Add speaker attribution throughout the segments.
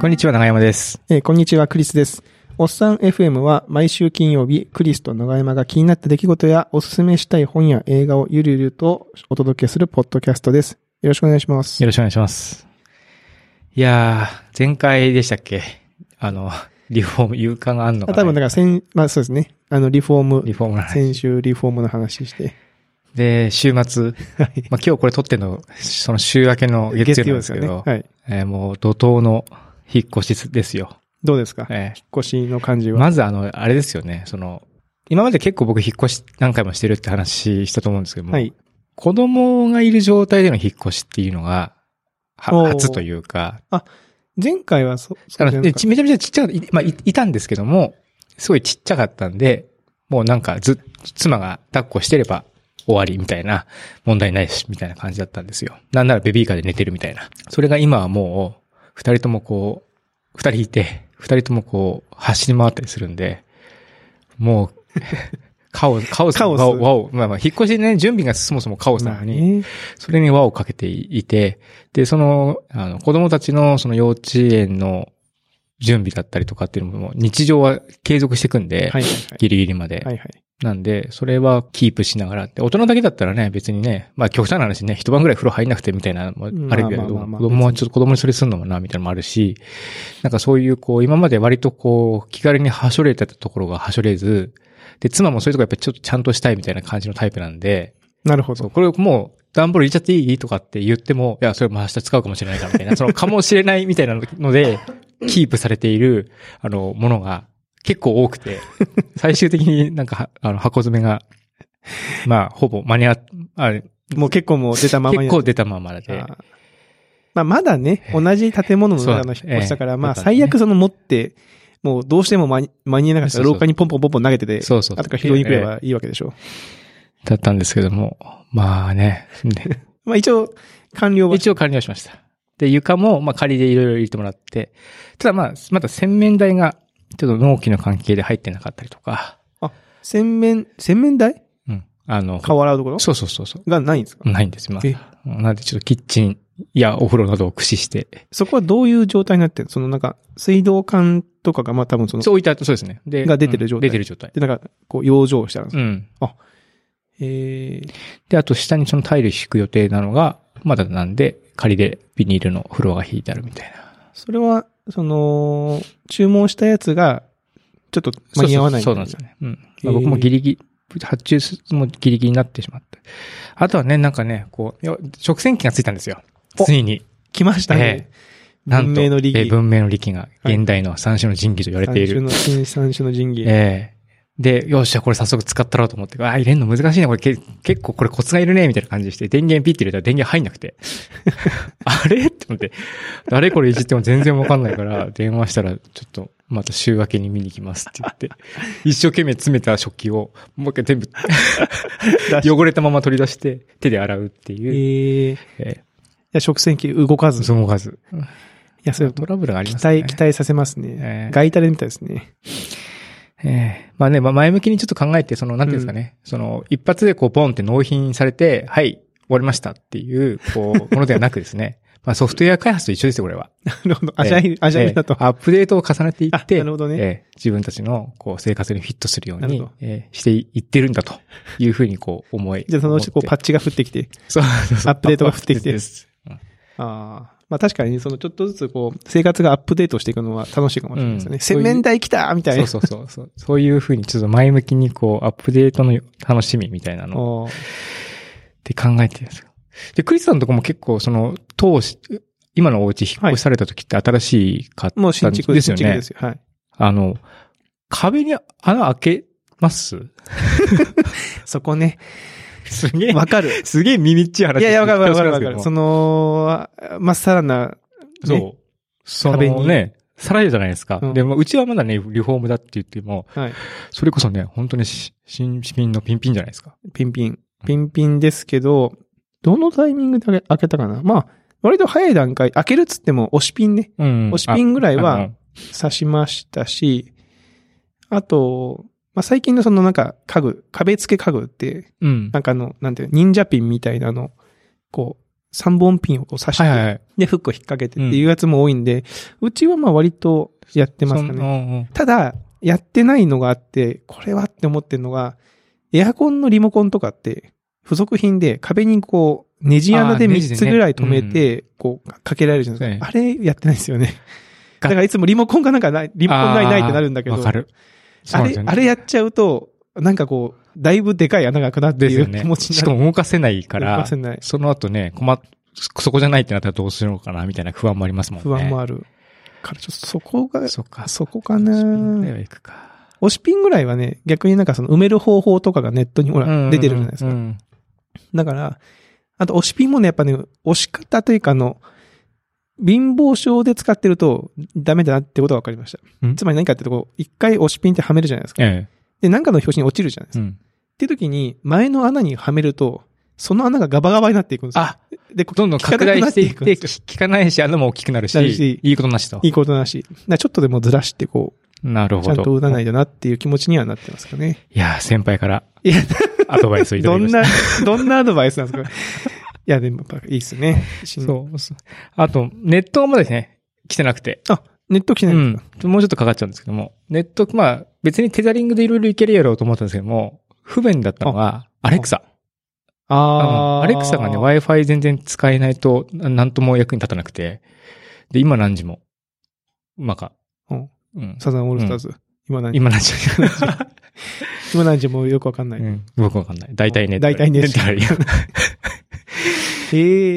Speaker 1: こんにちは、長山です。
Speaker 2: えーこんにちは、クリスです。おっさん FM は毎週金曜日、クリスと野山が気になった出来事やおすすめしたい本や映画をゆるゆるとお届けするポッドキャストです。よろしくお願いします。
Speaker 1: よろしくお願いします。いやー、前回でしたっけあの、リフォーム、有感があんのか
Speaker 2: あ
Speaker 1: な
Speaker 2: 多分だから先、まあそうですね。あの、リフォーム、
Speaker 1: リフォームの話
Speaker 2: 先週リフォームの話して。
Speaker 1: で、週末、まあ、今日これ撮ってんの、その週明けの月曜日なんですけ
Speaker 2: 月
Speaker 1: ど、
Speaker 2: 曜はい。
Speaker 1: えーもう怒涛の引っ越しですよ。
Speaker 2: どうですか、
Speaker 1: え
Speaker 2: 腰の感じ
Speaker 1: ー
Speaker 2: は。
Speaker 1: まずあの、あれですよね、その、今まで結構僕引っ越し何回もしてるって話したと思うんですけども、
Speaker 2: はい。
Speaker 1: 子供がいる状態での引っ越しっていうのが、
Speaker 2: お
Speaker 1: は
Speaker 2: ー
Speaker 1: 初というか、
Speaker 2: 前回はそ、
Speaker 1: あ
Speaker 2: そう
Speaker 1: の
Speaker 2: じゃな
Speaker 1: で
Speaker 2: か
Speaker 1: ちめちゃめちゃちっちゃかった、いまあ、いいたんですけども、すごいちっちゃかったんで、もうなんかず、妻が抱っこしてれば終わりみたいな、問題ないし、みたいな感じだったんですよ。なんならベビーカーで寝てるみたいな。それが今はもう、二人ともこう、二人いて、二人ともこう、走り回ったりするんで、もう、 カオス、カオス、
Speaker 2: カオス
Speaker 1: 和を、和をまあまあ、引っ越しね、準備がそもそもカオスなのに、
Speaker 2: まあね
Speaker 1: それに輪をかけていて、で、その、あの、子供たちのその幼稚園の準備だったりとかっていうのも、日常は継続していくんで、
Speaker 2: はいはい
Speaker 1: ギリギリまで。
Speaker 2: はい。はいはい。
Speaker 1: なんで、それはキープしながらって、大人だけだったらね、別にね、まあ極端な話ね、一晩ぐらい風呂入んなくてみたいなのもあるけ
Speaker 2: まあ
Speaker 1: ど、
Speaker 2: まあまあまあ
Speaker 1: 子供はちょっと子供にそれすんのもな、みたいなのもあるし、なんかそういうこう、今まで割とこう、気軽にはしょれてたところがはしょれず、で、妻もそういうとこやっぱりちょっとちゃんとしたいみたいな感じのタイプなんで、
Speaker 2: なるほ
Speaker 1: そう、
Speaker 2: ど。
Speaker 1: これをもう、段ボール入れちゃっていいとかって言っても、いや、それも明日使うかもしれないからみたいな、その、かもしれないみたいなの で、キープされている、あの、ものが結構多く て、最終的になんかは、あの、箱詰めが、まあ、ほぼ間に合っ、あれ、
Speaker 2: もう結構もう出たままに
Speaker 1: 結構出たままで
Speaker 2: あ、ーまあ、まだね、同じ建物の
Speaker 1: そうな
Speaker 2: 中
Speaker 1: ん
Speaker 2: の
Speaker 1: です
Speaker 2: 引っ越しだから、
Speaker 1: ええ
Speaker 2: まあ、
Speaker 1: またね
Speaker 2: 最悪その持って、もうどうしても間に間に合わなかったら
Speaker 1: そうそう
Speaker 2: 廊下にポンポンポンポン投げてて、
Speaker 1: そうそう
Speaker 2: あとから拾いに来ればいいわけでしょう。
Speaker 1: だったんですけども、まあね、 ね
Speaker 2: まあ、一応、完了は。
Speaker 1: 一応完了しました。で、床も、まあ仮でいろいろ入れてもらって、ただまあ、まだ洗面台が、ちょっと納期の関係で入ってなかったりとか、
Speaker 2: 洗面、洗面台
Speaker 1: うん。あの、
Speaker 2: 顔洗うところ
Speaker 1: そうそうそうそう。
Speaker 2: がないんですか
Speaker 1: ないんです、ま
Speaker 2: え
Speaker 1: あ。なんでちょっとキッチンやお風呂などを駆使して。
Speaker 2: そこはどういう状態になってるのそのなんか、水道管とかが、まあ多分その、
Speaker 1: そう置いてあって、そうですね。で、
Speaker 2: が出てる状態
Speaker 1: うん出てる状態。
Speaker 2: で、なんか、こう、養生してあるんです
Speaker 1: う
Speaker 2: か、
Speaker 1: ん。
Speaker 2: えー、
Speaker 1: で、あと下にそのタイル敷く予定なのが、まだなんで、仮でビニールのフロアが引いてあるみたいな。
Speaker 2: それは、その、注文したやつが、ちょっと間に合わない
Speaker 1: そうそうそうなんですよね。うん。ま
Speaker 2: へ
Speaker 1: あ、
Speaker 2: ー
Speaker 1: 僕もギリギリ、発注もギリギリになってしまって。あとはね、なんかね、こう、いや食洗機がついたんですよ。
Speaker 2: お
Speaker 1: ついに。
Speaker 2: 来ましたね。
Speaker 1: なんと
Speaker 2: 文明の利
Speaker 1: え
Speaker 2: 益
Speaker 1: ー。文明の利器が、現代の三種の神器と言われている。
Speaker 2: 三種の神、三種の神器。
Speaker 1: ええで、よっしゃ、これ早速使ったろうと思って、ああ、入れんの難しいな、これけ結構これコツがいるね、みたいな感じでして、電源ピッて入れたら電源入んなくて。 あれって思って、あれこれいじっても全然わかんないから、電話したら、ちょっと、また週明けに見に来ますって言って、一生懸命詰めた食器を、もう一回全部
Speaker 2: 出し
Speaker 1: 汚れたまま取り出して、手で洗うって
Speaker 2: え
Speaker 1: いう、
Speaker 2: ーい
Speaker 1: え
Speaker 2: や、食洗機動か
Speaker 1: え
Speaker 2: ず。い
Speaker 1: その数。
Speaker 2: や、それ、
Speaker 1: トラブルがあり
Speaker 2: 期
Speaker 1: ますね。
Speaker 2: 待、期待させます
Speaker 1: え
Speaker 2: ね
Speaker 1: え。
Speaker 2: ガイタレみたいですね。
Speaker 1: ええまあね、まあ前向きにちょっと考えて、その、なんていうんですかね、その、一発でこう、ポンって納品されて、はい、終わりましたっていう、こう、ものではなくですね。 まあソフトウェア開発と一緒ですよ、これは。
Speaker 2: なるほど。アジャイル、アジャイルだと
Speaker 1: ええ。アップデートを重ねていって、
Speaker 2: あなるほどね
Speaker 1: ええ自分たちの、こう、生活にフィットするよう
Speaker 2: なる
Speaker 1: に
Speaker 2: ほど、
Speaker 1: ええしていってるんだというふうに、こう、思い。
Speaker 2: じゃあ、そのうち、こう、パ
Speaker 1: ッ、
Speaker 2: ッチが降ってきて。
Speaker 1: そうそうそう
Speaker 2: アップデートが降ってきて
Speaker 1: アップデートですうん
Speaker 2: ああ。まあ、確かに、その、ちょっとずつ、こう、生活がアップデートしていくのは楽しいかもしれないですよ
Speaker 1: うん
Speaker 2: ね。洗面台来たみたい
Speaker 1: そう
Speaker 2: な。
Speaker 1: そうそうそう。そういうふうに、ちょっと前向きに、こう、アップデートの楽しみみたいなのを
Speaker 2: おー
Speaker 1: って考えてるんですよ。で、クリスさんのとこも結構その、当時、今のお家引っ越しされた時って新しい方
Speaker 2: もう新築
Speaker 1: ですよ
Speaker 2: 新築
Speaker 1: ね
Speaker 2: で。すよ。はい。
Speaker 1: あの、壁に穴開けます
Speaker 2: そこ ね。
Speaker 1: すげえ、
Speaker 2: わかる。
Speaker 1: すげえ耳っちい話。
Speaker 2: いやいや、わかるわかるわかる。そ
Speaker 1: の、
Speaker 2: の、まっさらな、ね
Speaker 1: そう。そ
Speaker 2: 壁に
Speaker 1: のね、さらいじゃないですか。
Speaker 2: うん
Speaker 1: でも、うちはまだね、リフォームだって言っても、
Speaker 2: はい。
Speaker 1: それこそね、本当にし新品のピンピンじゃないですか。
Speaker 2: ピンピン。ピンピンですけど、どのタイミングで開け開けたかなまあ、割と早い段階、開けるっつっても押しピンね、
Speaker 1: うん
Speaker 2: 押しピンぐらいは
Speaker 1: ああの
Speaker 2: 刺しましたし、あと、まあ最近のそのなんか家具、壁付け家具って、
Speaker 1: うん
Speaker 2: な。んかあの、なんていうの、忍者ピンみたいなの、こう、 3本ピンをこう刺して、
Speaker 1: はいはいはい。
Speaker 2: で、フックを引っ掛けてっていうやつも多いんで、うちはまあ割とやってますか
Speaker 1: そん
Speaker 2: ね。
Speaker 1: うんうん
Speaker 2: ただ、やってないのがあって、これはって思ってるのが、エアコンのリモコンとかって、付属品で壁にこう、ネジ穴で
Speaker 1: あーネジで
Speaker 2: 3
Speaker 1: ね
Speaker 2: つぐらい止めて、こう、かけられるじゃないですか。あれやってないです よね。だ
Speaker 1: が
Speaker 2: からいつもリモコンがなんかない、リモコンないないってなるんだけど
Speaker 1: あー、わかる。そう
Speaker 2: あ
Speaker 1: なんです
Speaker 2: れ、
Speaker 1: よね
Speaker 2: あれやっちゃうと、なんかこう、だいぶでかい穴が開くなって
Speaker 1: です
Speaker 2: い
Speaker 1: よ
Speaker 2: う
Speaker 1: ね
Speaker 2: 気持。ちに
Speaker 1: し
Speaker 2: な
Speaker 1: か
Speaker 2: る。
Speaker 1: も動かせないか
Speaker 2: 動
Speaker 1: ら
Speaker 2: かせ、ない。
Speaker 1: その後ね、困っ、そこじゃないってなったらどうするのかな、みたいな不安もありますもんね。
Speaker 2: 不安も
Speaker 1: あ
Speaker 2: ある。からちょっとそこが、
Speaker 1: そっか。
Speaker 2: そこか
Speaker 1: スピンで
Speaker 2: な
Speaker 1: は行くか。
Speaker 2: 押しピンぐらいはね、逆になんかその埋める方法とかがネットにほ
Speaker 1: うんうんう
Speaker 2: ら、
Speaker 1: ん
Speaker 2: 出てるじゃないです
Speaker 1: う
Speaker 2: か。
Speaker 1: ん
Speaker 2: だから、あと押しピンもね、やっぱね、押し方というかあの、貧乏症で使ってるとダメだなってことが分かりました
Speaker 1: うん。
Speaker 2: つまり何かってとこう、一回押しピンってはめるじゃないですか。
Speaker 1: え
Speaker 2: で、何かの表紙に落ちるじゃないです
Speaker 1: え。
Speaker 2: か。
Speaker 1: う
Speaker 2: っ
Speaker 1: ん。
Speaker 2: ていう時に、前の穴にはめると、その穴がガバガバになっていくんですよ。
Speaker 1: あ、
Speaker 2: で、こ
Speaker 1: どんどん拡大していっ、
Speaker 2: 効かなくなってていく
Speaker 1: 効かないし、穴も大きくなる
Speaker 2: なる
Speaker 1: し
Speaker 2: し、
Speaker 1: いいことなしと
Speaker 2: い。いことなし。だからちょっとでもずらしてこ
Speaker 1: なる
Speaker 2: う、ちゃ
Speaker 1: ほ
Speaker 2: んと
Speaker 1: ど。
Speaker 2: 打たないとなっていう気持ちにはなってますかね。
Speaker 1: いやー、先輩から
Speaker 2: いや、
Speaker 1: アドバイスをいただ
Speaker 2: ど
Speaker 1: きま
Speaker 2: ん
Speaker 1: した
Speaker 2: な。、どんなアドバイスなんですかいや、でもやっぱいいっす ね。う。
Speaker 1: そうそう。あと、ネットもですね、来てなくて。
Speaker 2: あ、ネット来て
Speaker 1: う
Speaker 2: ないん
Speaker 1: ん
Speaker 2: ですか、。
Speaker 1: もう ちょっとかかっちゃうんですけども。ネット、まあ、別にテザリングでいろいろいけるやろうと思ったんですけども、不便だったのが、アレクサ。
Speaker 2: あ
Speaker 1: あ
Speaker 2: ー
Speaker 1: アレクサがね、Wi-Fi 全然使えないと、ななんとも役に立たなくて。で、今何時も。まか。
Speaker 2: うん
Speaker 1: うん。
Speaker 2: サザンオールスターズ。今何時
Speaker 1: 今何時
Speaker 2: 今何時もよくわかんな
Speaker 1: う
Speaker 2: い。
Speaker 1: ん。僕わかんない。大体ね。
Speaker 2: 大体ね
Speaker 1: ネタリ
Speaker 2: へ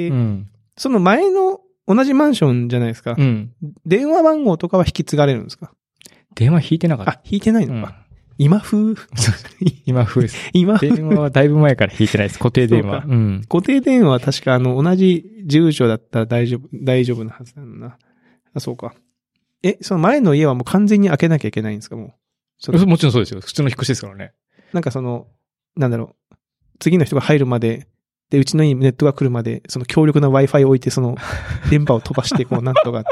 Speaker 2: え、
Speaker 1: うん。
Speaker 2: その前の同じマンションじゃないですか。
Speaker 1: うん。
Speaker 2: 電話番号とかは引き継がれるんですか
Speaker 1: 電話引いてなかった。
Speaker 2: あ、引いてないのか。今風
Speaker 1: 今風です。
Speaker 2: 今風
Speaker 1: 電話はだいぶ前から引いてないです。固定電話。
Speaker 2: そう
Speaker 1: うん。
Speaker 2: 固定電話は確かあの、同じ住所だったら大丈夫、大丈夫なはずなんだな。あ、そうか。え、その前の家はもう完全に開けなきゃいけないんですかもう。その
Speaker 1: もちろんそうですよ。普通の引っ越しですからね。
Speaker 2: なんかその、なんだろう。次の人が入るまで、で、うちの家にネットが来るまで、その強力な Wi-Fi を置いて、その、電波を飛ばして、こう、なんとか、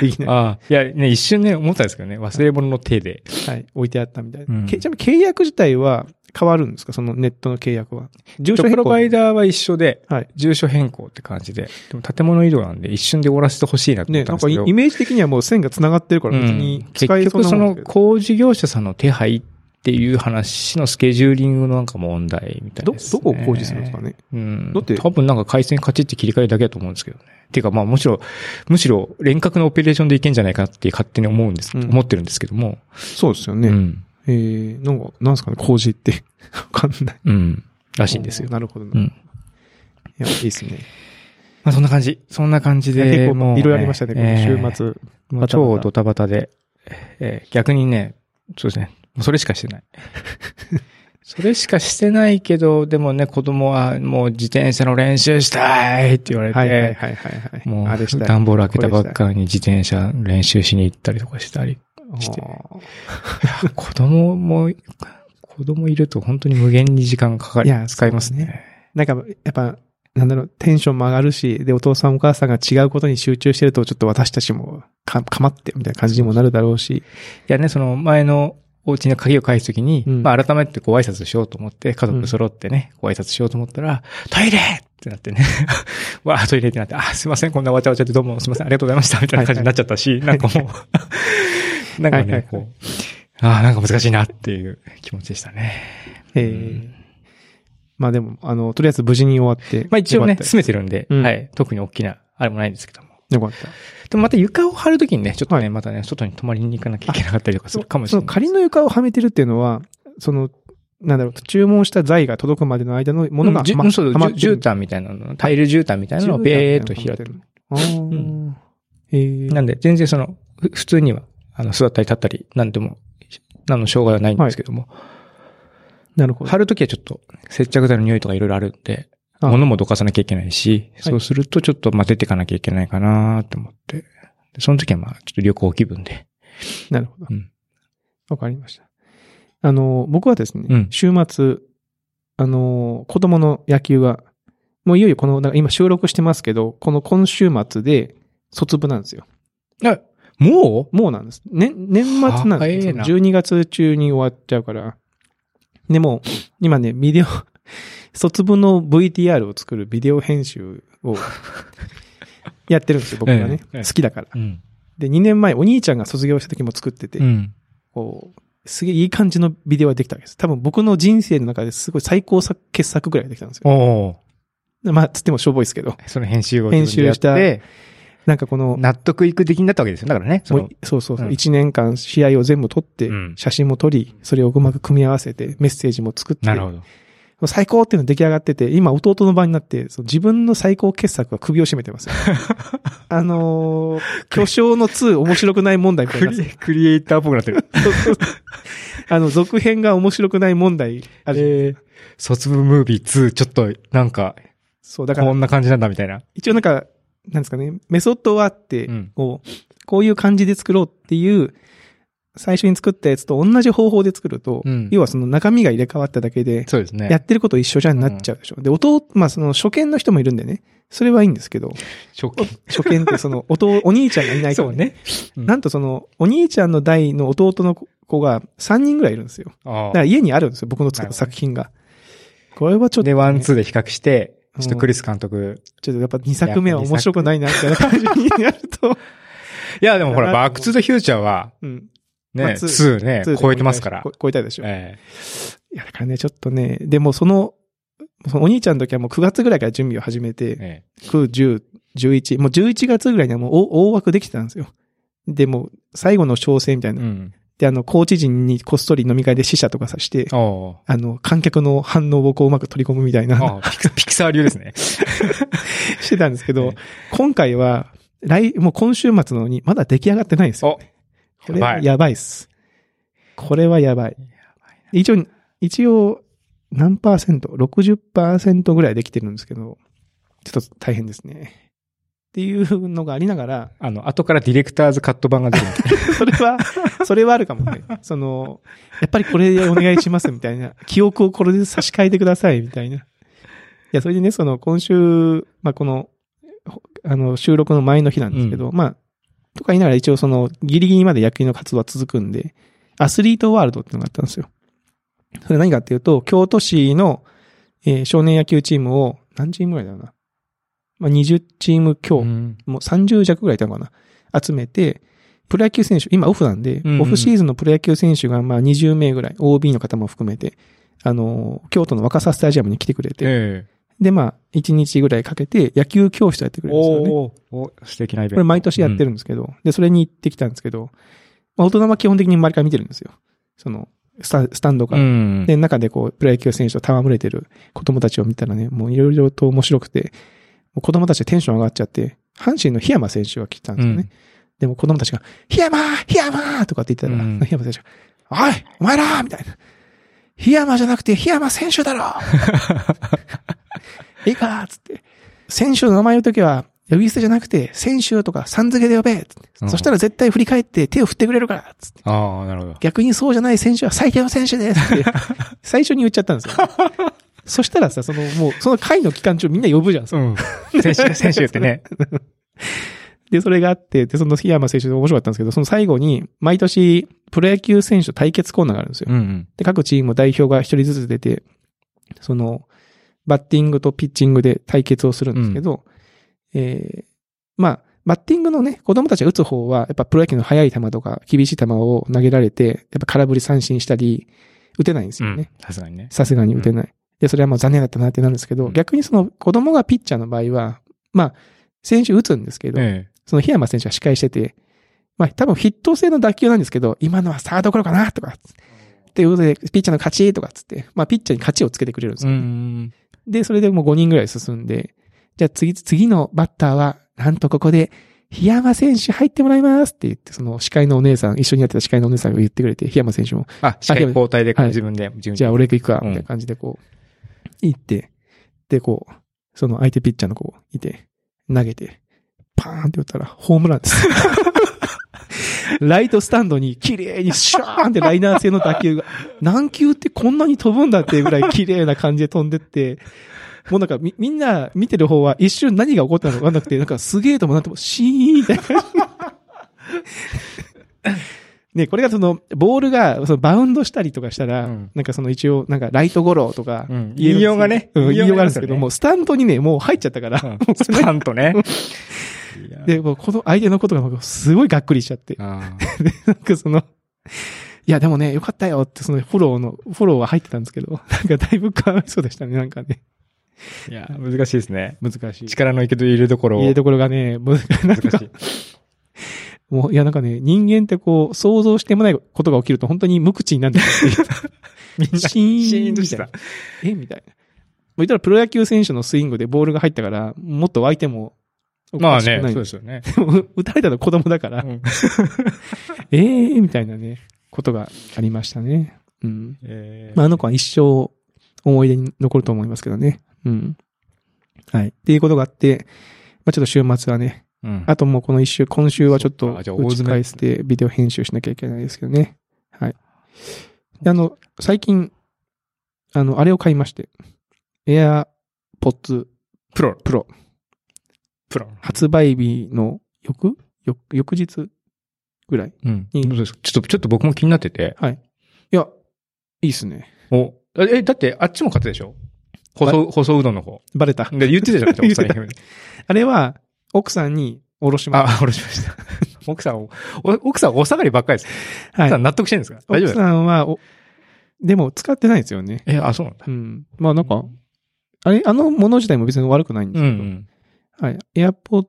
Speaker 2: できな い。
Speaker 1: ああ。いや、ね、一瞬ね、思ったんですけどね。忘れ物の手で。
Speaker 2: はい、置いてあったみたい
Speaker 1: うん
Speaker 2: な。けちなみに契約自体は変わるんですかそのネットの契約は。住
Speaker 1: プロバイダーは一緒で、
Speaker 2: はい
Speaker 1: 住所変更って感じで。でも建物移動なんで一瞬で終わらせてほしいなって思
Speaker 2: ね、
Speaker 1: った
Speaker 2: なんん
Speaker 1: です
Speaker 2: か
Speaker 1: け
Speaker 2: イ
Speaker 1: ど。
Speaker 2: イメージ的にはもう線が繋がってるから別に
Speaker 1: うん
Speaker 2: 使
Speaker 1: 結
Speaker 2: えそ
Speaker 1: 局
Speaker 2: うな
Speaker 1: そ
Speaker 2: もん
Speaker 1: の
Speaker 2: ですけど
Speaker 1: 工事業者さんの手配っていう話のスケジューリングのなんか問題みたい
Speaker 2: ど、
Speaker 1: です、
Speaker 2: ど
Speaker 1: ね。
Speaker 2: こを工事するんですかね
Speaker 1: うん。
Speaker 2: だって
Speaker 1: 多分なんか回線カチッて切り替えるだけだと思うんですけどね。ていうかまあむしろ、むしろ遠隔のオペレーションでいけんじゃないかなって勝手に思うんです、
Speaker 2: うん
Speaker 1: 思ってるんですけども。
Speaker 2: そうですよ
Speaker 1: う
Speaker 2: ね。
Speaker 1: ん。
Speaker 2: えー、なんか、なんですかね、工事って。わかんない。
Speaker 1: うん。らしいんですよ。
Speaker 2: なるほどな。
Speaker 1: うん
Speaker 2: いや、いいですね。
Speaker 1: まあそんな感じ。そんな感じ
Speaker 2: いや
Speaker 1: で。
Speaker 2: 結構、いろいろありましたね、こ
Speaker 1: えー
Speaker 2: の週末。
Speaker 1: もう
Speaker 2: バタバタ
Speaker 1: 超ドタバタで、えー逆にね、そうですね、もうそれしかして ない。それしかしてないけど、でもね、子供はもう自転車の練習したいって言われて、
Speaker 2: はいはいはいはいはい。
Speaker 1: も
Speaker 2: あれし
Speaker 1: う
Speaker 2: たい
Speaker 1: 段ボール開けたばっかりに自転車練習しに行ったりとかしたり。して
Speaker 2: あ
Speaker 1: 子供も、子供いると本当に無限に時間かか
Speaker 2: いや
Speaker 1: り、使います
Speaker 2: そう
Speaker 1: ね。
Speaker 2: ーなんか、やっぱ、なんだろう、テンションも上がるし、で、お父さんお母さんが違うことに集中してると、ちょっと私たちもか、かまって、みたいな感じにもなるだろうし。
Speaker 1: いやね、その前のお家の鍵を返すときに、
Speaker 2: うん
Speaker 1: まあ改めてご挨拶しようと思って、家族揃ってね、ご挨拶しようと思ったら、トイレってなってね、 わあ、トイレってなって、あ、すいません、こんなわちゃわちゃでどうもすいません、ありがとうございました、みたいな感じになっちゃったし、なんかも う、なんか
Speaker 2: はいはいは
Speaker 1: ね
Speaker 2: い、
Speaker 1: こう、ああ、なんか難しいなっていう気持ちでしたね。
Speaker 2: え
Speaker 1: う
Speaker 2: ー
Speaker 1: ん、
Speaker 2: まあでも、あの、とりあえず無事に終わって。
Speaker 1: まあ一応ね
Speaker 2: よ、かった
Speaker 1: 住めてるんで、
Speaker 2: うん
Speaker 1: はい、特に大きな、あれもないんですけども。
Speaker 2: よかった。
Speaker 1: でもまた床を張るときにね、ちょっとね、
Speaker 2: はい
Speaker 1: またね、外に泊まりに行かなきゃいけなかったりとかするかもし
Speaker 2: そ
Speaker 1: れ
Speaker 2: の
Speaker 1: ない。
Speaker 2: 仮の床をはめてるっていうのは、その、なんだろう、注文した材が届くまでの間のものが、
Speaker 1: じゅ
Speaker 2: ま
Speaker 1: うんそう
Speaker 2: はまって
Speaker 1: 絨
Speaker 2: る
Speaker 1: 毯みたいなの、タイル絨毯みたいなのをベーっと開く。
Speaker 2: あー
Speaker 1: うん
Speaker 2: えー
Speaker 1: なんで、全然その、ふ普通には、あの、座ったり立ったり、なんでも、何の障害はないんですけども、
Speaker 2: なるほど。
Speaker 1: 貼るときはちょっと、接着剤の匂いとかいろいろあるんで、
Speaker 2: あ
Speaker 1: 物もどかさなきゃいけないし、
Speaker 2: い
Speaker 1: そうするとちょっと、まあ、出てかなきゃいけないかなと思って、でその時はまあ、ちょっと旅行気分で。
Speaker 2: なるほど
Speaker 1: うん。
Speaker 2: わかりました。あの、僕はですね、
Speaker 1: うん
Speaker 2: 週末、あの、子供の野球が、もういよいよこの、なんか今収録してますけど、この今週末で卒部なんですよ。
Speaker 1: あ、も
Speaker 2: もうなんです。ね、年末なん
Speaker 1: は
Speaker 2: で
Speaker 1: 早
Speaker 2: す
Speaker 1: い
Speaker 2: よ。
Speaker 1: な
Speaker 2: 12月中に終わっちゃうから。でも、今ね、ビデオ、 卒分の VTR を作るビデオ編集をやってるんですよ、僕がね。
Speaker 1: ええええ
Speaker 2: 好きだから。
Speaker 1: うん。
Speaker 2: で、2年前、お兄ちゃんが卒業した時も作ってて、
Speaker 1: うん。
Speaker 2: こう、すげえいい感じのビデオができたわけです。多分僕の人生の中ですごい最高作傑作ぐらいができたんですよ。
Speaker 1: おお
Speaker 2: まあ、つってもしょぼいですけど。
Speaker 1: ー。その編集を
Speaker 2: 編集し
Speaker 1: 自
Speaker 2: た
Speaker 1: 分でやって
Speaker 2: なんかこの、
Speaker 1: 納得いく出来になったわけですよ。だからね。そ
Speaker 2: も
Speaker 1: の
Speaker 2: う、そうそうそうう、
Speaker 1: ん
Speaker 2: 一年間試合を全部撮って
Speaker 1: うん、
Speaker 2: 写真も撮り、それをうまく組み合わせて、メッセージも作って、
Speaker 1: なるほど。
Speaker 2: もう最高っていうのが出来上がってて、今弟の場になって、その自分の最高傑作は首を絞め てますよ。あのー、巨匠の2面白くない問題みたい
Speaker 1: ク
Speaker 2: な。
Speaker 1: リクリエイターっぽくなってる。
Speaker 2: そうそうそう あの、続編が面白くない問題ある。
Speaker 1: えー、卒部ムービー2、ちょっと、なんか、
Speaker 2: そう、だから
Speaker 1: こ、んな感じなんだみたいな。
Speaker 2: 一応なんか、なんですかね、メソッドはあって、
Speaker 1: うん
Speaker 2: こう、こういう感じで作ろうっていう、最初に作ったやつと同じ方法で作ると、
Speaker 1: うん
Speaker 2: 要はその中身が入れ替わっただけで、
Speaker 1: そうですね。
Speaker 2: やってること一緒じゃんなっちゃうでしょ。で、弟、まあその初見の人もいるんでね、それはいいんですけ ど、
Speaker 1: 初
Speaker 2: お初見ってその、おと、お兄ちゃんがいないか
Speaker 1: そ
Speaker 2: ら、
Speaker 1: うね。
Speaker 2: なんとその、お兄ちゃんの代の弟の子が3人ぐらいいるんですよ。
Speaker 1: あ
Speaker 2: だから
Speaker 1: あ。
Speaker 2: 家にあるんですよ、僕の作った作品が。これはちょっと、
Speaker 1: で、
Speaker 2: ね、
Speaker 1: ワン、ツーで比較して、ちょっと
Speaker 2: うん
Speaker 1: クリス監督。
Speaker 2: ちょっとやっぱ2作目は面白くないな、みたいな感じになると、
Speaker 1: いや、でもほ
Speaker 2: な
Speaker 1: ら、
Speaker 2: んか
Speaker 1: バックツーザフューチャーは、
Speaker 2: うん。
Speaker 1: ね、
Speaker 2: まあツー
Speaker 1: 2ね
Speaker 2: ツー、で
Speaker 1: 超えてますから。
Speaker 2: こ超えたいでしょ。
Speaker 1: え
Speaker 2: いや、だからね、ちょっとね、でもその、そのお兄ちゃんの時はもう9月ぐらいから準備を始め
Speaker 1: え
Speaker 2: て、
Speaker 1: え
Speaker 2: 9、10、11、もう11月ぐらいにはもう大大枠できてたんですよ。で、もう最後の調整みたい
Speaker 1: え。
Speaker 2: な。
Speaker 1: うん。
Speaker 2: で、あの、コーチ陣にこっそり飲み会で死者とかさして、
Speaker 1: おお
Speaker 2: あの、観客の反応をこううまく取り込むみたい
Speaker 1: ー。
Speaker 2: な、
Speaker 1: ああピクピクサー流ですね。
Speaker 2: してたんですけど
Speaker 1: ね、
Speaker 2: 今回は、来、もう今週末のにまだ出来上がってないんですよ。
Speaker 1: お
Speaker 2: これはやばいっす。これはやばい。一応、一応、何パーセント ?60% ぐらいできてるんですけど、ちょっと大変ですね。っていうのがありながら、
Speaker 1: あの、後からディレクターズカット版が出るみたい
Speaker 2: それは、それはあるかもね。その、やっぱりこれでお願いしますみたいな。記憶をこれで差し替えてくださいみたいな。いや、それでね、その、今週、まあ、この、ほあの、収録の前の日なんですけど、まあ、とか言いながら一応その、ギリギリまで野球の活動は続くんで、アスリートワールドっていうのがあったんですよ。それ何かっていうと、京都市の、えー少年野球チームを、何チームぐらいだろうな。まあ、20チーム強、
Speaker 1: な。
Speaker 2: もう30弱ぐらいいたのかな集めて、プロ野球選手、今オフなんで、
Speaker 1: うんうん
Speaker 2: オフシーズンのプロ野球選手がまあ20名ぐらい、OB の方も含めて、あのー、京都の若狭スタジアムに来てくれて、
Speaker 1: え
Speaker 2: で、まあ、1日ぐらいかけて野球教室をやってく
Speaker 1: え。
Speaker 2: れるんですよね。こ
Speaker 1: おーおー、素敵なイベント。
Speaker 2: れ毎年やってるんですけど、で、それに行ってきたんですけど、まあ、大人は基本的に周りから見てるんですよ。その、スタスタンドか
Speaker 1: うん。
Speaker 2: ら。
Speaker 1: うん。
Speaker 2: で、中でこう、プロ野球選手と戯れてる子供たちを見たらね、もういろいろと面白くて、もう子供たちはテンション上がっちゃって、阪神の檜山選手が来たんですよね。
Speaker 1: うん
Speaker 2: でも子供たちが、檜山檜山とかって言ったら、
Speaker 1: うん
Speaker 2: 檜山選手が、おいお前らみたいな。檜山じゃなくて檜山選手だろ いいかつって。選手の名前の時は、呼び捨てじゃなくて、選手とかさん付けで呼べつって
Speaker 1: うん
Speaker 2: そしたら絶対振り返って手を振ってくれるからつって
Speaker 1: ああ、なるほど。
Speaker 2: 逆にそうじゃない選手は最低の選手です って、最初に言っちゃったんですよ。そしたらさ、その、もう、その会の期間中みんな呼ぶじゃん。
Speaker 1: うん。選手、選手ってね。
Speaker 2: で、それがあって、で、その檜山選手で面白かったんですけど、その最後に、毎年、プロ野球選手と対決コーナーがあるんですよ。
Speaker 1: うん。
Speaker 2: で、各チーム代表が一人ずつ出て、その、バッティングとピッチングで対決をするんですけど、えーまあ、バッティングのね、子供たちが打つ方は、やっぱプロ野球の速い球とか、厳しい球を投げられて、やっぱ空振り三振したり、打てないんです
Speaker 1: う
Speaker 2: よね
Speaker 1: ん。。さすがにね。
Speaker 2: さすがに打てない。で、それはもう残念だったなってなるんですけど、
Speaker 1: うん
Speaker 2: 逆にその子供がピッチャーの場合は、まあ、選手打つんですけど、
Speaker 1: え
Speaker 2: その檜山選手が司会してて、まあ多分筆頭性の打球なんですけど、今のはサードゴロかなとか、っていうことで、ピッチャーの勝ちとかっつって、まあピッチャーに勝ちをつけてくれるんです
Speaker 1: え。う
Speaker 2: よね、
Speaker 1: ん。
Speaker 2: で、それでもう5人ぐらい進んで、じゃあ次、次のバッターは、なんとここで、檜山選手入ってもらいますって言って、その司会のお姉さん、一緒にやってた司会のお姉さんが言ってくれて、檜山選手も、
Speaker 1: あ、司会交代で
Speaker 2: はい
Speaker 1: 自分で、自分
Speaker 2: じ
Speaker 1: で。
Speaker 2: ゃあ俺行くか、
Speaker 1: うん
Speaker 2: みたいな感じでこう、行って、でこう、その相手ピッチャーの子いて、投げて、パーンって打ったらホームランです。ライトスタンドに綺麗にシューンってライナー性の打球が、何球ってこんなに飛ぶんだっていうぐらい綺麗な感じで飛んでって、もうなんかみ、みんな見てる方は一瞬何が起こったのかわかんなくて、なんかすげえともなんともシーンみたいな。ね、これがその、ボールが、その、バウンドしたりとかしたら、
Speaker 1: うん
Speaker 2: なんかその一応、なんか、ライトゴロとか、
Speaker 1: うん
Speaker 2: 言
Speaker 1: 言
Speaker 2: えるんです
Speaker 1: いようがね
Speaker 2: うん、
Speaker 1: 言
Speaker 2: 言
Speaker 1: い
Speaker 2: い
Speaker 1: よ
Speaker 2: よ
Speaker 1: う
Speaker 2: うが
Speaker 1: があるんで
Speaker 2: あるんで
Speaker 1: すす
Speaker 2: け
Speaker 1: よね
Speaker 2: ど、もうスタンドにね、もう入っちゃったから、
Speaker 1: うんスパンとね。で、
Speaker 2: で、もうこの相手のことが僕すごいがっくりしちゃって、
Speaker 1: あ
Speaker 2: なんかその、いやでもね、よかったよって、そのフォローの、フォローは入ってたんですけど、 なんかだいぶかわいそうでしたね、なんかね。
Speaker 1: ーいや、難しいですね。
Speaker 2: 難しい。
Speaker 1: 力の入れるところを
Speaker 2: 入れどころがね、難
Speaker 1: 難
Speaker 2: し
Speaker 1: し
Speaker 2: い
Speaker 1: い。。
Speaker 2: もう、いやなんかね、人間ってこう、想像してもないことが起きると本当に無口になるんだよって
Speaker 1: みん
Speaker 2: いう。
Speaker 1: な、
Speaker 2: シーン
Speaker 1: シーンとしてた
Speaker 2: み。いなえみたいな。もう言ったらプロ野球選手のスイングでボールが入ったから、もっと相手も、お
Speaker 1: ま
Speaker 2: か
Speaker 1: あ
Speaker 2: しく
Speaker 1: ね、
Speaker 2: な
Speaker 1: そ
Speaker 2: いう
Speaker 1: ですよね。
Speaker 2: で も打たれたの子供だから、
Speaker 1: うん
Speaker 2: ええー、みたいなね、ことがありましたね。うん。
Speaker 1: えー
Speaker 2: まあ、あの子は一生思い出に残ると思いますけどね。うん。はい。っていうことがあって、まあ、ちょっと週末はね、
Speaker 1: うん
Speaker 2: あともうこの一週、今週はちょっ
Speaker 1: そっか
Speaker 2: と打
Speaker 1: じゃあ大
Speaker 2: ち
Speaker 1: 詰め
Speaker 2: 返してビデオ編集しなきゃいけないですけどね。はい。であの、最近、あの、あれを買いまして、AirPods
Speaker 1: プロ、
Speaker 2: Pro
Speaker 1: プロ。
Speaker 2: 発売日の翌翌翌日ぐらい。
Speaker 1: うん。
Speaker 2: いい
Speaker 1: どうですかちょっと、ちょっと僕も気になってて。
Speaker 2: はい。いや、いいっすね。
Speaker 1: お、え、だってあっちも買ったでしょ細、細うどんの方。
Speaker 2: バレた。
Speaker 1: で、言ってたじゃなくて、
Speaker 2: 言
Speaker 1: 奥
Speaker 2: っ
Speaker 1: さ
Speaker 2: て
Speaker 1: ん
Speaker 2: た
Speaker 1: に。
Speaker 2: あれは、奥さんにおろしま し
Speaker 1: あ、下ろしました。奥さんお、お奥さんお下がりばっかりです。
Speaker 2: た。は
Speaker 1: 奥
Speaker 2: い
Speaker 1: さん納得してるんですか大丈夫で
Speaker 2: 奥
Speaker 1: すか
Speaker 2: さんは、お、でも使ってないですよね。
Speaker 1: え、あ、そうなんだ
Speaker 2: う。ん。まあなんか、あれ、あのもの自体も別に悪くないんで
Speaker 1: う
Speaker 2: す
Speaker 1: んう
Speaker 2: けど。
Speaker 1: ん。
Speaker 2: はい。AirPods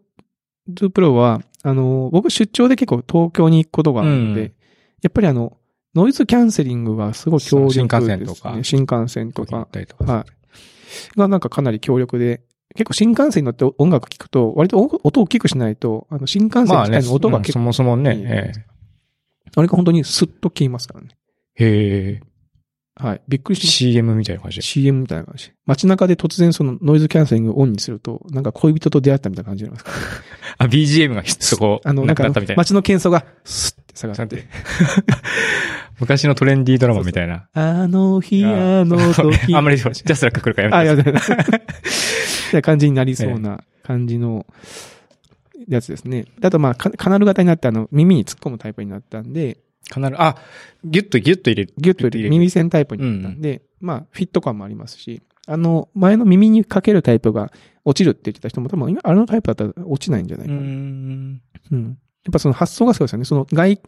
Speaker 2: Pro は、あの、僕出張で結構東京に行くことがあるので、
Speaker 1: うん
Speaker 2: やっぱりあの、ノイズキャンセリングがすごい強力です、ね。
Speaker 1: 新幹線とか
Speaker 2: 新幹線と
Speaker 1: 時に行
Speaker 2: か
Speaker 1: っ。たりとか。
Speaker 2: はい。がなんかかなり強力で、結構新幹線に乗って音楽聞くと、割と音音を大きくしないと、あの新幹線
Speaker 1: まあ
Speaker 2: 自
Speaker 1: ね、
Speaker 2: 体の音が
Speaker 1: うん
Speaker 2: 結
Speaker 1: そ
Speaker 2: 構、
Speaker 1: もそも
Speaker 2: いい
Speaker 1: ね、
Speaker 2: あれが本当にスッと消えますからね。
Speaker 1: ええへえ、
Speaker 2: はい。びっくりしました
Speaker 1: CM みたいな感じで。
Speaker 2: CM みたいな感じ。街中で突然そのノイズキャンセリングをオンにすると、なんか恋人と出会ったみたいな感じになります から。
Speaker 1: あ、BGM がひっそこう、
Speaker 2: あの、な
Speaker 1: なんく
Speaker 2: か
Speaker 1: なったみたいな。
Speaker 2: 街の喧 騒がスッて下が
Speaker 1: なん
Speaker 2: ってて。
Speaker 1: 昔のトレンディードラマみたいな。
Speaker 2: あの日、
Speaker 1: あ
Speaker 2: あの 時。
Speaker 1: あんまりジャスラック来るからやめてくださ
Speaker 2: あ、
Speaker 1: い
Speaker 2: い やだからな感じになりそうな感じのやつですね。あと、まあ、カカナル型になって、あの、耳に突っ込むタイプになったんで、
Speaker 1: カナル、あ、ギュッとギュッと入れる。
Speaker 2: ギュッとより
Speaker 1: ギュッ
Speaker 2: 耳栓タイプになったんで、まあ、フィット感もありますし、あの、前の耳にかけるタイプが落ちるって言ってた人も多分、今あのタイプだったら落ちないんじゃない
Speaker 1: と入れ
Speaker 2: か
Speaker 1: る
Speaker 2: な。
Speaker 1: うん。
Speaker 2: うん。やっぱその発想がそうですよね。その外、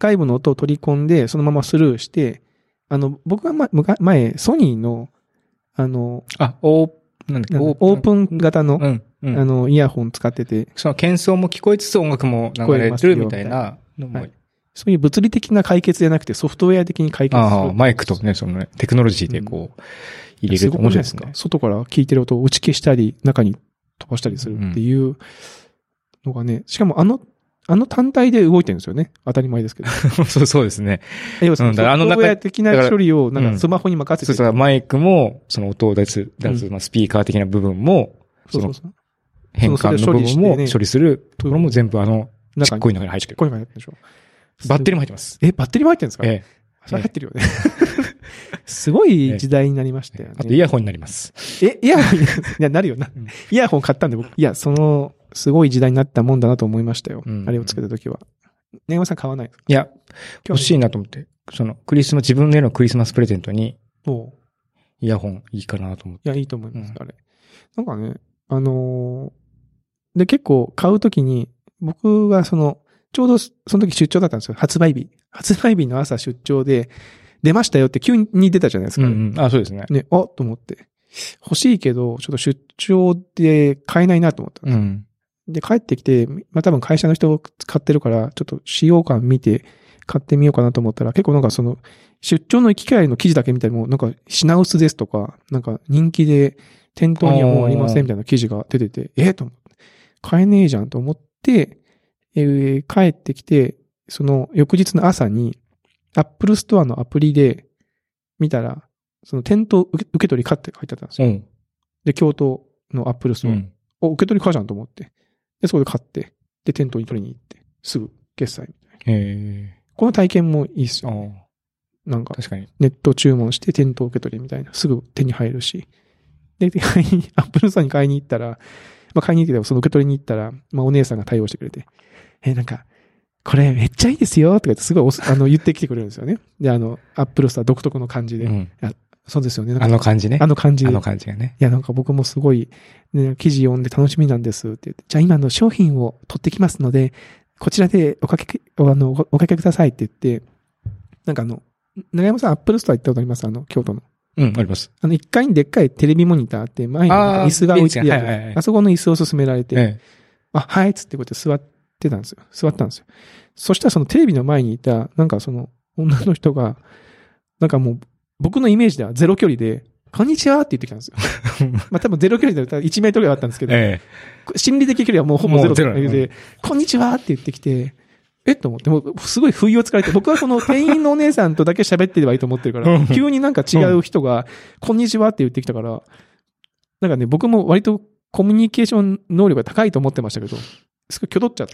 Speaker 2: 外部の音を取り込んで、そのままスルーして、あの、僕が、ま、むか前、ソニーの、あの、
Speaker 1: あ、オープン、なんだ
Speaker 2: な
Speaker 1: っ
Speaker 2: ん
Speaker 1: け、
Speaker 2: だオー
Speaker 1: ン。
Speaker 2: プン型の、
Speaker 1: うん。うん
Speaker 2: あの、イヤホン使ってて、
Speaker 1: その喧騒も聞こえつつ音楽も流れてるみたいなのも
Speaker 2: はいそういう物理的な解決じゃなくて、ソフトウェア的に解決す
Speaker 1: ああ、
Speaker 2: る。
Speaker 1: マイクとね、そのね、テクノロジーでこう、入れる
Speaker 2: す
Speaker 1: と
Speaker 2: ごく
Speaker 1: 面白
Speaker 2: ない
Speaker 1: い
Speaker 2: で
Speaker 1: です
Speaker 2: すか
Speaker 1: ね。
Speaker 2: 外から聞いてる音を打ち消したり、中に飛ばしたりするっていうのがね、しかもあの、あの単体で動いてるんですよね。当たり前ですけど。
Speaker 1: そうそうですね。
Speaker 2: 要する
Speaker 1: う
Speaker 2: に
Speaker 1: ん
Speaker 2: ソ
Speaker 1: だからあ
Speaker 2: フ
Speaker 1: の
Speaker 2: トウ
Speaker 1: 中
Speaker 2: ェア的な処理を、なん
Speaker 1: う
Speaker 2: か
Speaker 1: ん
Speaker 2: スマホに任
Speaker 1: そ
Speaker 2: せ
Speaker 1: う
Speaker 2: て
Speaker 1: そう、マイクも、その音を出す、出す、まあスピーカー的な部分も、
Speaker 2: そうそうそう。
Speaker 1: 変換の部分も処理するところも全部あの、ち
Speaker 2: 中
Speaker 1: っ
Speaker 2: に
Speaker 1: こい中に入ってる。
Speaker 2: こういうのが入ってるでしょ。
Speaker 1: バッテリーも入ってます。
Speaker 2: え、バッテリーも入ってるんですか
Speaker 1: え
Speaker 2: それ入ってるよね。すごい時代になりました
Speaker 1: え
Speaker 2: よね。。
Speaker 1: あとイヤホンになります。
Speaker 2: え、イヤホン にいや、なるよな
Speaker 1: うん。
Speaker 2: イヤホン買ったんで僕。いや、その、すごい時代になったもんだなと思いましたよ。
Speaker 1: うん
Speaker 2: あれをつけた時は。ね山さん買わないですか
Speaker 1: いや、
Speaker 2: 興味
Speaker 1: 欲しいなと思って。その、クリスマス、自分へのクリスマスプレゼントに、
Speaker 2: おう
Speaker 1: イヤホンいいかなと思って。
Speaker 2: いや、いいと思います、
Speaker 1: うん
Speaker 2: あれ。なんかね、あのーで、結構買うときに、僕がその、ちょうどそその時出張だったんですよ。発売日。発売日の朝出張で、出ましたよって急に出たじゃないです
Speaker 1: うんう
Speaker 2: か。
Speaker 1: ん。あ、そうですね。
Speaker 2: ね、あと思って。欲しいけど、ちょっと出張で買えないなと思った。
Speaker 1: うん。
Speaker 2: で、帰ってきて、まあ、多分会社の人買ってるから、ちょっと使用感見て、買ってみようかなと思ったら、結構なんかその、出張の行き帰りの記事だけ見たりも、なんか品薄ですとか、なんか人気で店頭にはもうありませんみたいな記事が出てて、えーと思って、買えねえじゃんと思って、えー帰ってきて、その翌日の朝に、Apple Store のアプリで見たら、その店頭受け受け取りかって書いてあったんですよ。
Speaker 1: うん。
Speaker 2: で、京都の Apple Store。
Speaker 1: うん。
Speaker 2: お、受け取りかじゃんと思って。で、そこで買って、で、店頭に取りに行って、すぐ決済みたいな。
Speaker 1: へ
Speaker 2: この体験もいいっす
Speaker 1: ー
Speaker 2: よ、ね。
Speaker 1: あ
Speaker 2: なん
Speaker 1: あ
Speaker 2: か、
Speaker 1: 確かに。
Speaker 2: ネット注文して店頭受け取りみたいな。すぐ手に入るし。で、買いに、アップルさんに買いに行ったら、まあ、買いに行ってたけど、その受け取りに行ったら、まあ、お姉さんが対応してくれて、えーなんか、これめっちゃいいですよとか言って、すごいおす、 あの、言ってきてくれるんですよね。で、あの、アップルスター独特の感じで。
Speaker 1: うん。
Speaker 2: そうですよね。なんか
Speaker 1: あの感じね。
Speaker 2: あの感じ
Speaker 1: あ
Speaker 2: で。
Speaker 1: の感じがね。
Speaker 2: いや、なんか僕もすごい、ね、記事読んで楽しみなんですって言って、じゃあ今の商品を取ってきますので、こちらでおかけ、あの、おおかけくださいって言って、なんかあの、長山さん、アップルストア行ったことありますあの、京都の。
Speaker 1: うん、あります。
Speaker 2: あの、一階にでっかいテレビモニターあって、前になんか
Speaker 1: あー
Speaker 2: 椅子が置いてある、
Speaker 1: ベンチがはいはいはい
Speaker 2: あそこの椅子を勧められて、
Speaker 1: え
Speaker 2: あ、はいっつってこうやって座ってたんですよ。座ったんですよ。そしたらそのテレビの前にいた、なんかその女の人が、なんかもう、僕のイメージではゼロ距離で、こんにちはって言ってきたんですよ。まあ多分ゼロ距離だったら1メートルぐらいあったんですけ
Speaker 1: え。
Speaker 2: ど、
Speaker 1: え
Speaker 2: 心理的距離はもうほぼゼロ
Speaker 1: もうゼロ
Speaker 2: で、こんにちはって言ってきて、えっと思って、もうすごい不意をつかれて、僕はこの店員のお姉さんとだけ喋ってればいいと思ってるか
Speaker 1: う
Speaker 2: ら
Speaker 1: ん、
Speaker 2: 急になんか違う人が、こんにちはって言ってきたから、なんかね、僕も割とコミュニケーション能力が高いと思ってましたけど、すごいきょどっち ゃって、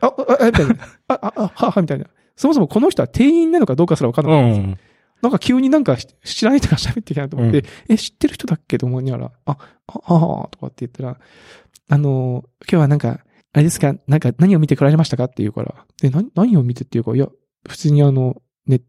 Speaker 2: あ、あ、あ、あ、みたいな。あ、あ、あ、は、は、みたいな。そもそもこの人は店員なのかどうかすらわかん
Speaker 1: え。
Speaker 2: なかったんですよ
Speaker 1: うん。
Speaker 2: なんか急になんかし知らない人が喋ってきたなと思って、
Speaker 1: う
Speaker 2: え、知ってる人だっけと思いながら、あ、あ、ああ、とかって言ったら、あのー今日はなんか、あれですか、なんか何を見て来られましたかって言うから、え、な、何を見てっていうか、いや、普通にあの、ね、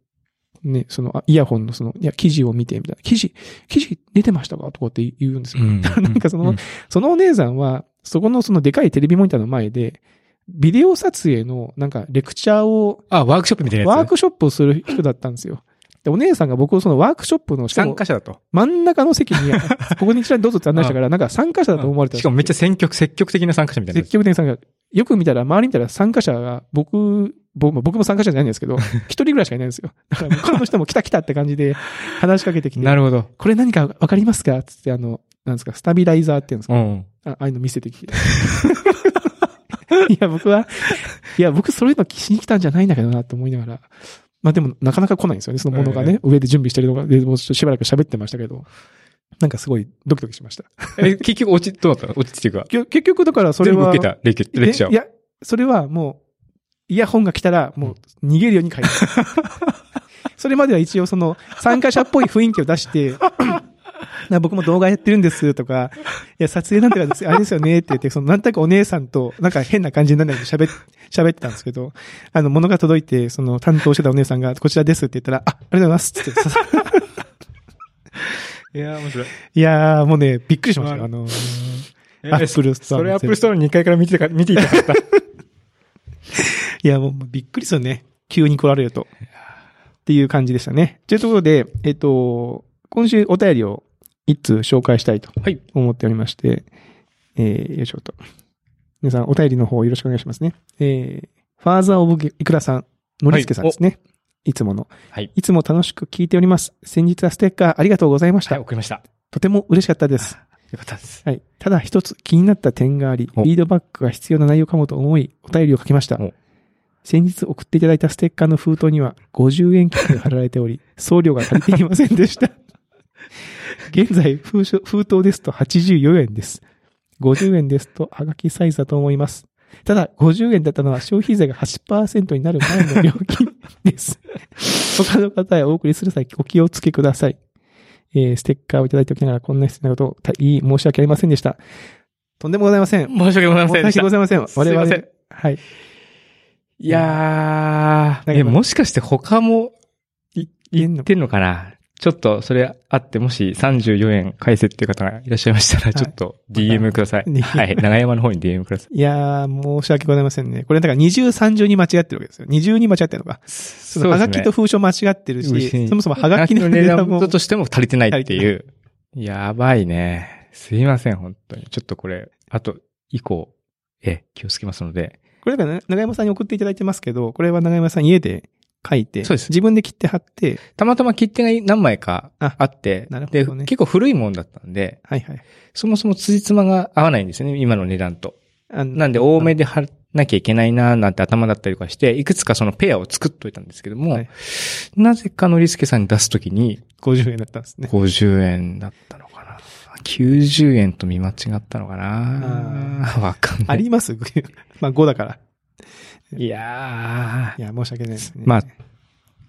Speaker 2: ね、その、あイヤホンのその、いや、記事を見て、みたいな。記事、記事出てましたかとかって言うんですよ。
Speaker 1: うん。
Speaker 2: なんかその
Speaker 1: うん
Speaker 2: そのお姉さんは、そこのそのでかいテレビモニターの前で、ビデオ撮影のなんかレクチャーを
Speaker 1: あ、ワークショップみたいなやつ。
Speaker 2: ワークショップをする人だったんですよ。で、お姉さんが僕をそのワークショップの、しか
Speaker 1: 参
Speaker 2: も
Speaker 1: 加者だと。
Speaker 2: 真ん中の席に、 ここに一覧どうぞって案内したから、なんか参加者だと思われたんです
Speaker 1: しかもめっちゃ積極、積極的な参加者みたいなや
Speaker 2: 積
Speaker 1: つ。
Speaker 2: 極的に参加者。よく見たら、周り見たら参加者が、僕、僕も僕も参加者じゃない んですけど、一人ぐらいしかいないんですよ。だから向こうの人も来た来たって感じで話しかけて き
Speaker 1: な
Speaker 2: て、
Speaker 1: るほど。
Speaker 2: これ何かわかりますかつって、あの、なんですか、スタビライザーって言うんですか
Speaker 1: うん。
Speaker 2: あああいうの見せてきて。 いや、僕は、いや、僕そういうのしに来たんじゃないんだけどなと思いながら。まあでも、なかなか来ないんですよね、そのものがね。上で準備してるのが、でもうちょっとしばらく喋ってましたけど。なんかすごいドキドキしました。
Speaker 1: え、結局落ち、どうだったの落ちっていうか。
Speaker 2: きょ結局だから それ
Speaker 1: 全部
Speaker 2: は。
Speaker 1: 受けた、レクレクチャー
Speaker 2: い
Speaker 1: を。
Speaker 2: や、それはもう、イヤホンが来たら、もう逃げるように書いてあるそれまでは一応その、参加者っぽい雰囲気を出して、な僕も動画やってるんですとか、いや、撮影なんてかですあれですよねって言って、その、なんとなくお姉さんと、なんか変な感じにならないで喋っ、喋ってたんですけど、あの、物が届いて、その、担当してたお姉さんが、こちらですって言ったら、あ、ありがとうございますって言ってさ
Speaker 1: いや、面白い。
Speaker 2: いやー、もうね、びっくりしましたよ。あの、
Speaker 1: え
Speaker 2: アップルスト
Speaker 1: そ
Speaker 2: アの全部
Speaker 1: れアップルストアの2階から見てたか、見ていた かった。
Speaker 2: いや、もうもうびっくりですよね。急に来られると。っていう感じでしたね。というところで、えっと、今週お便りを一通紹介したいと
Speaker 1: はい
Speaker 2: 思っておりまして、えー、よいしょと。皆さんお便りの方よろしくお願いしますね。えー、ファーザーオブイクラさん、のりすけさんですね。い、つもの。
Speaker 1: はい。
Speaker 2: いつも楽しく聞いております。先日はステッカーありがとうございました。
Speaker 1: はい、送りました。
Speaker 2: とても嬉しかったです。
Speaker 1: よかったです。
Speaker 2: はい。ただ一つ気になった点があり、フ
Speaker 1: お
Speaker 2: ィードバックが必要な内容かもと思い、お便りを書きました
Speaker 1: お。
Speaker 2: 先日送っていただいたステッカーの封筒には50円券が貼られており、送料が足りていませんでした。 現在封書、封筒ですと84円です。50円ですと、はがきサイズだと思います。ただ、50円だったのは消費税が8%になる前の料金です。 他の方へお送りする際、お気をつけください。えーステッカーをいただいておきながら、こんな失礼なことを大変申し訳ありませんでした。とんでもございません。
Speaker 1: 申し訳ございませんで
Speaker 2: 申
Speaker 1: し
Speaker 2: し訳
Speaker 1: た
Speaker 2: ご。ざいません。
Speaker 1: すいません
Speaker 2: はい。
Speaker 1: いや
Speaker 2: な
Speaker 1: ー、
Speaker 2: んか
Speaker 1: え、もしかして他もい
Speaker 2: 言え
Speaker 1: 言
Speaker 2: んの
Speaker 1: ってんのかなちょっとそれあって、もし34円返せっていう方がいらっしゃいましたら、
Speaker 2: い
Speaker 1: ちょっと DM ください。
Speaker 2: ね
Speaker 1: はい。長山の方に DM ください。
Speaker 2: いやー、申し訳ございませんね。これ、だから二重三重に間違ってるわけですよ。二重に間違ってるのか。
Speaker 1: そ
Speaker 2: そのはがきと封書間違ってる
Speaker 1: 嬉し
Speaker 2: し、
Speaker 1: い
Speaker 2: そもそもはがきの値
Speaker 1: 値
Speaker 2: 段
Speaker 1: 段
Speaker 2: も。
Speaker 1: としても足りてないっていう。やばいね。すいません、本当に。ちょっとこれ、あと、以降、え、気をつけますので。
Speaker 2: これだからね、長山さんに送っていただいてますけど、これは長山さん家で書いて、
Speaker 1: そうです
Speaker 2: 自分で切って貼って、
Speaker 1: たまたま切手が何枚か
Speaker 2: あ
Speaker 1: あって、
Speaker 2: なるほ
Speaker 1: で、
Speaker 2: どね
Speaker 1: 結構古いもんだったんで、
Speaker 2: はいはい。
Speaker 1: そもそも辻褄が合わないんですよね、今の値段と。
Speaker 2: あの
Speaker 1: なんで多めで貼らなきゃいけないなーなんて頭だったりとかして、いくつかそのペアを作っといたんですけども、
Speaker 2: はい
Speaker 1: なぜかのりすけさんに出すときに
Speaker 2: 50円だったんですね。
Speaker 1: 50円だったのかな。90円と見間違ったのかなわかん
Speaker 2: あ
Speaker 1: ない。
Speaker 2: ります まあ5だから。
Speaker 1: いや
Speaker 2: いや、申し訳ないですね。
Speaker 1: ー。まあ、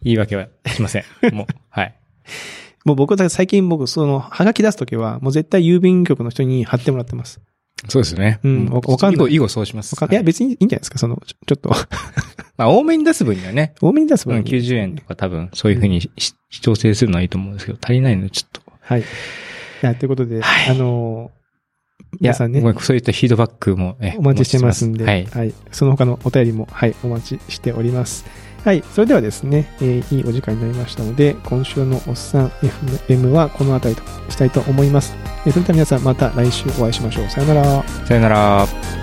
Speaker 1: 言い訳はしま せん。もう、はい。
Speaker 2: もう僕、だから最近僕、その、はがき出すときは、もう絶対郵便局の人に貼ってもらってます。
Speaker 1: そうですね。
Speaker 2: うんわわかんない
Speaker 1: 以後、以後そうします。
Speaker 2: わかんいや、別にいいんじゃないですか、その、ちょちょっ と、
Speaker 1: まあ、多めに出す分にはね、
Speaker 2: 多めに出す
Speaker 1: うん
Speaker 2: 分に。
Speaker 1: 90円とか多分、そういうふうにし 調整するのはいいと思うんですけど、足りないのでちょっと。
Speaker 2: はい。いや、ということで、
Speaker 1: はい
Speaker 2: あのー、皆さんね
Speaker 1: ご、めそういったフィードバックも、え
Speaker 2: お待ちしてますんで、
Speaker 1: お
Speaker 2: は
Speaker 1: 待
Speaker 2: い、
Speaker 1: ちして
Speaker 2: その他のお便りも、はい、お待ちしております。はい、それではですね、えーいいお時間になりましたので、今週のおっさん FM はこの辺りとしたいと思います。えーそれでは皆さん、また来週お会いしましょう。さよなら。
Speaker 1: ますはい。さよなら。